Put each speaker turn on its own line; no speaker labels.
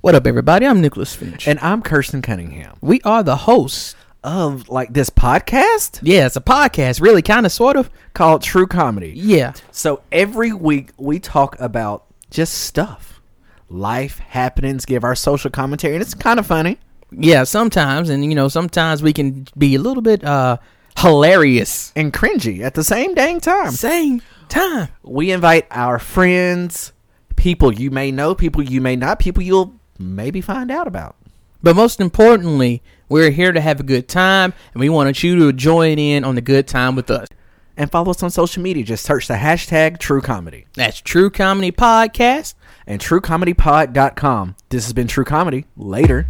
What up, everybody? I'm Nicholas Finch.
And I'm Kirsten Cunningham
we are the hosts.
of like this podcast
Yeah, it's a podcast, really, kind of, sort of.
called True Comedy.
Yeah.
So every week we talk about just stuff, life happenings, give our social commentary, and it's kind of funny.
Yeah, sometimes. And, you know, sometimes we can be a little bit uh hilarious.
and cringy at the same dang time.
Same time.
We invite our friends, people you may know, people you may not, people you'll maybe find out about.
But most importantly, we're here to have a good time, and we want you to join in on the good time with us.
And follow us on social media. Just search the hashtag True Comedy
That's True Comedy Podcast.
and TrueComedyPod.com. This has been True Comedy. Later.